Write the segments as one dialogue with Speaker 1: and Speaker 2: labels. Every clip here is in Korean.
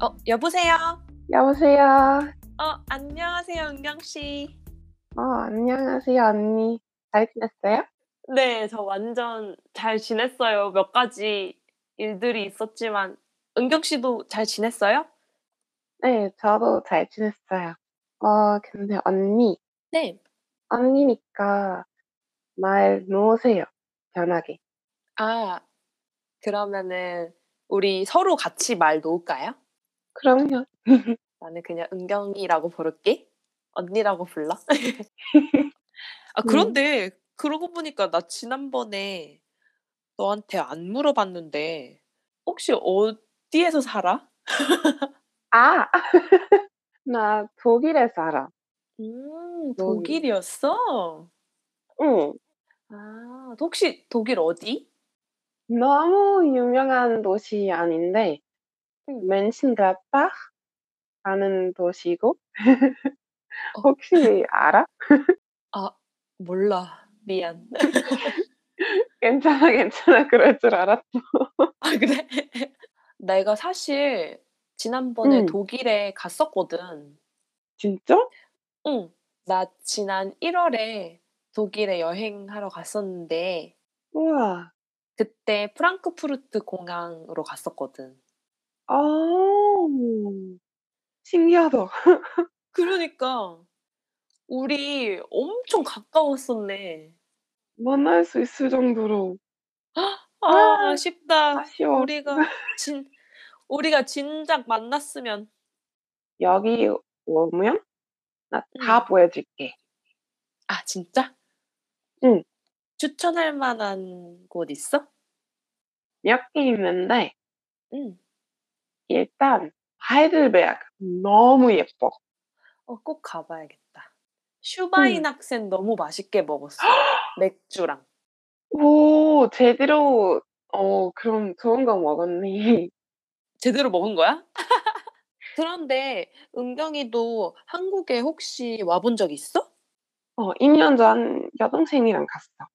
Speaker 1: 어, 여보세요?
Speaker 2: 여보세요.
Speaker 1: 어, 안녕하세요, 은경 씨.
Speaker 2: 어, 안녕하세요, 언니. 잘 지냈어요?
Speaker 1: 네, 저 완전 잘 지냈어요. 몇 가지 일들이 있었지만 은경 씨도 잘 지냈어요?
Speaker 2: 네, 저도 잘 지냈어요. 어, 근데 언니,
Speaker 1: 네.
Speaker 2: 언니니까 말 놓으세요. 편하게.
Speaker 1: 아, 그러면은 우리 서로 같이 말 놓을까요?
Speaker 2: 그럼요.
Speaker 1: 나는 그냥 은경이라고 부를게. 언니라고 불러. 아, 그런데 그러고 보니까 나 지난번에 너한테 안 물어봤는데 혹시 어디에서 살아?
Speaker 2: 아, 나 독일에 살아.
Speaker 1: 음,
Speaker 2: 독일.
Speaker 1: 독일이었어?
Speaker 2: 응.
Speaker 1: 아, 혹시 독일 어디?
Speaker 2: 너무 유명한 도시 아닌데,
Speaker 1: 응.
Speaker 2: 맨신드라팍 라는 도시고,
Speaker 1: 어.
Speaker 2: 혹시 알아?
Speaker 1: 몰라. 미안.
Speaker 2: 괜찮아, 괜찮아. 그럴 줄 알았어.
Speaker 1: 아, 그래? 내가 사실 지난번에
Speaker 2: 응.
Speaker 1: 독일에 갔었거든.
Speaker 2: 진짜?
Speaker 1: 응. 나 지난 1월에 독일에 여행하러 갔었는데
Speaker 2: 우와.
Speaker 1: 그때 프랑크푸르트 공항으로 갔었거든.
Speaker 2: 아, 신기하다.
Speaker 1: 그러니까 우리 엄청 가까웠었네.
Speaker 2: 만날 수 있을 정도로
Speaker 1: 아, 아쉽다.
Speaker 2: 아쉬워.
Speaker 1: 우리가 진 우리가 진작 만났으면
Speaker 2: 여기 오면 나
Speaker 1: 응.
Speaker 2: 다 보여줄게.
Speaker 1: 아, 진짜?
Speaker 2: 응.
Speaker 1: 추천할 만한 곳 있어?
Speaker 2: 몇 개 있는데,
Speaker 1: 응.
Speaker 2: 일단, 하이델베르크 너무 예뻐.
Speaker 1: 어, 꼭 가봐야겠다. 슈바인학센 너무 맛있게 먹었어. 맥주랑.
Speaker 2: 오, 제대로, 어, 그럼 좋은 거 먹었니?
Speaker 1: 제대로 먹은 거야? 그런데 은경이도 한국에 혹시 와본 적 있어?
Speaker 2: 어, 2년 전 여동생이랑 갔어.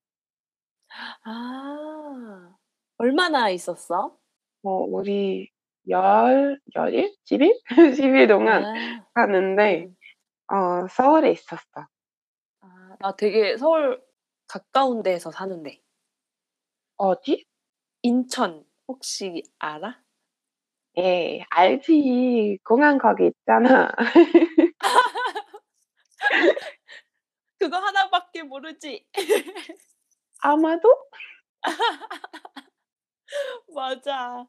Speaker 1: 아, 얼마나 있었어?
Speaker 2: 어, 우리 열, 열일? 10일? 10일 동안
Speaker 1: 아,
Speaker 2: 갔는데,
Speaker 1: 음.
Speaker 2: 어, 서울에 있었어.
Speaker 1: 아, 나 되게 서울 가까운 데에서 사는데.
Speaker 2: 어디?
Speaker 1: 인천 혹시 알아?
Speaker 2: 예, 알지. 공항 거기 있잖아.
Speaker 1: 그거 하나밖에 모르지?
Speaker 2: 아마도?
Speaker 1: 맞아.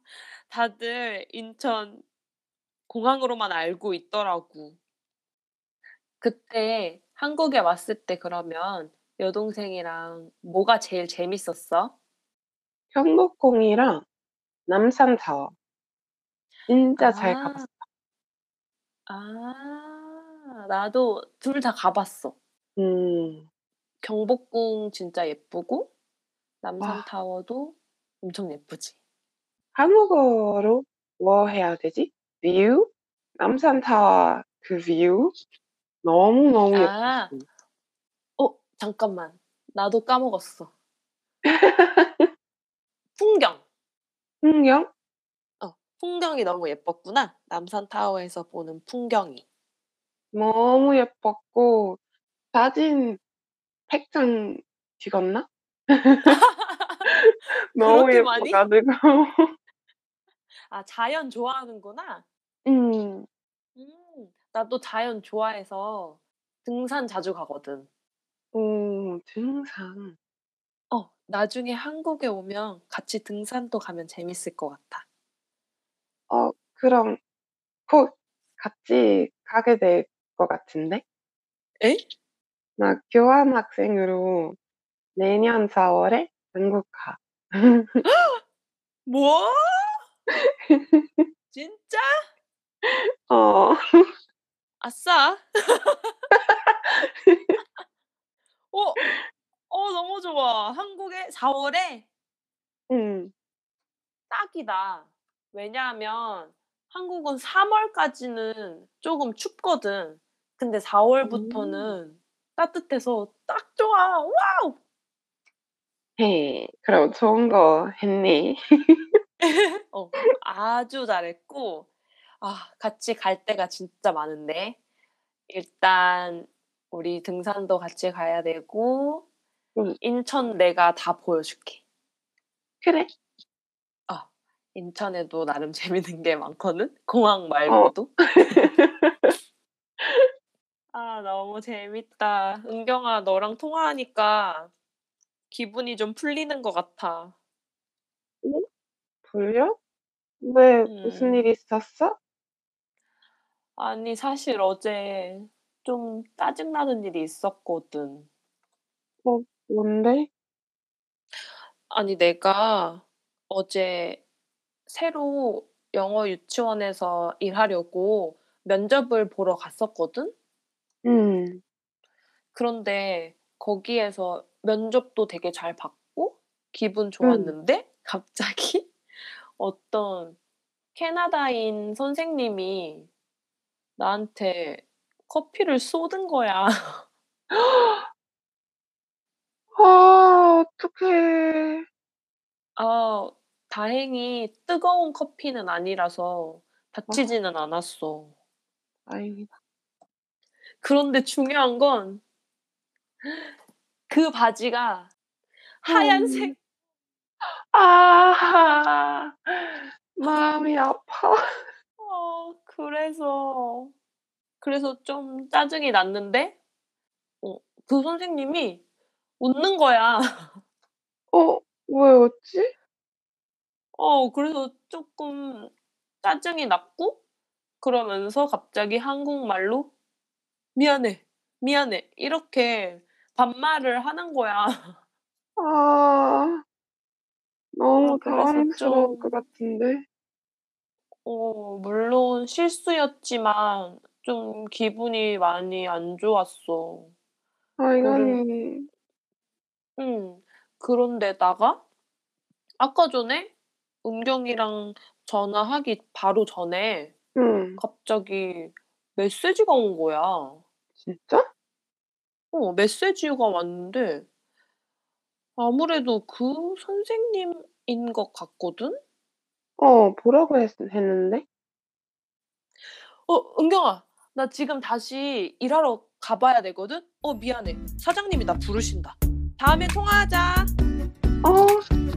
Speaker 1: 다들 인천 공항으로만 알고 있더라고. 그때 한국에 왔을 때 그러면 여동생이랑 뭐가 제일 재밌었어?
Speaker 2: 경복궁이랑 남산타워. 진짜 잘
Speaker 1: 아,
Speaker 2: 가봤어.
Speaker 1: 아, 나도 둘 다 가봤어.
Speaker 2: 음,
Speaker 1: 경복궁 진짜 예쁘고,
Speaker 2: 와,
Speaker 1: 남산타워도 엄청 예쁘지.
Speaker 2: 한국어로 뭐 해야 되지? 뷰? 남산타워 그 뷰? 너무너무 예뻤어.
Speaker 1: 아, 어, 잠깐만. 나도 까먹었어. 풍경.
Speaker 2: 풍경?
Speaker 1: 어, 풍경이 너무 예뻤구나. 남산타워에서 보는 풍경이.
Speaker 2: 너무 예뻤고, 사진 100장 찍었나? 너무
Speaker 1: 그렇게 많이?
Speaker 2: 예뻐가지고.
Speaker 1: 아, 자연 좋아하는구나.
Speaker 2: 음,
Speaker 1: 음, 나도 자연 좋아해서 등산 자주 가거든.
Speaker 2: 오, 등산.
Speaker 1: 어, 나중에 한국에 오면 같이 등산도 가면 재밌을 것 같아.
Speaker 2: 어, 그럼 곧 같이 가게 될 것 같은데?
Speaker 1: 에?
Speaker 2: 나 교환학생으로 내년 4월에 한국 가.
Speaker 1: 뭐? 진짜?
Speaker 2: 어,
Speaker 1: 아싸. 어, 어, 너무 좋아. 한국에 4월에
Speaker 2: 음,
Speaker 1: 딱이다. 왜냐하면 한국은 3월까지는 조금 춥거든. 근데
Speaker 2: 음.
Speaker 1: 4월부터는 따뜻해서 딱 좋아. 와우!
Speaker 2: 헤, 그럼 좋은 거 했니?
Speaker 1: 어, 아주 잘했고, 아, 같이 갈 때가 진짜 많은데. 일단 우리 등산도 같이 가야 되고
Speaker 2: 응.
Speaker 1: 인천 내가 다 보여줄게.
Speaker 2: 그래.
Speaker 1: 인천에도 나름 재밌는 게 많거든. 공항 말고도. 아, 너무 재밌다. 은경아, 너랑 통화하니까 기분이 좀 풀리는 것 같아.
Speaker 2: 불려? 왜
Speaker 1: 음.
Speaker 2: 무슨 일 있었어?
Speaker 1: 아니, 사실 어제 좀 짜증나는 일이 있었거든.
Speaker 2: 뭔데?
Speaker 1: 아니, 내가 어제 새로 영어 유치원에서 일하려고 면접을 보러 갔었거든?
Speaker 2: 음.
Speaker 1: 그런데 거기에서 면접도 되게 잘 받고 기분 좋았는데 갑자기 어떤 캐나다인 선생님이 나한테 커피를 쏟은 거야.
Speaker 2: 아, 어떡해.
Speaker 1: 아, 다행히 뜨거운 커피는 아니라서 다치지는 않았어.
Speaker 2: 다행이다.
Speaker 1: 그런데 중요한 건 그 바지가 하얀색
Speaker 2: 아, 마음이 아파.
Speaker 1: 어, 그래서, 그래서 좀 짜증이 났는데, 어, 그 선생님이 웃는 거야.
Speaker 2: 어, 왜였지?
Speaker 1: 어, 그래서 조금 짜증이 났고, 그러면서 갑자기 한국말로, 미안해, 미안해, 이렇게 반말을 하는 거야.
Speaker 2: 아, 너무
Speaker 1: 아, 그래서
Speaker 2: 당황스러울
Speaker 1: 좀-
Speaker 2: 것 같은데.
Speaker 1: 어, 물론 실수였지만, 좀 기분이 많이 안 좋았어.
Speaker 2: 아, 이건,
Speaker 1: 응. 그런데다가 아까 전에 은경이랑 전화하기 바로 전에
Speaker 2: 응,
Speaker 1: 갑자기 메시지가 온 거야. 어,
Speaker 2: 진짜?
Speaker 1: 메시지가 왔는데 아무래도 그 선생님인 것 같거든?
Speaker 2: 어, 보라고 했, 했는데?
Speaker 1: 어, 은경아, 나 지금 다시 일하러 가봐야 되거든? 어, 미안해. 사장님이 나 부르신다. 다음에 통화하자.
Speaker 2: 어,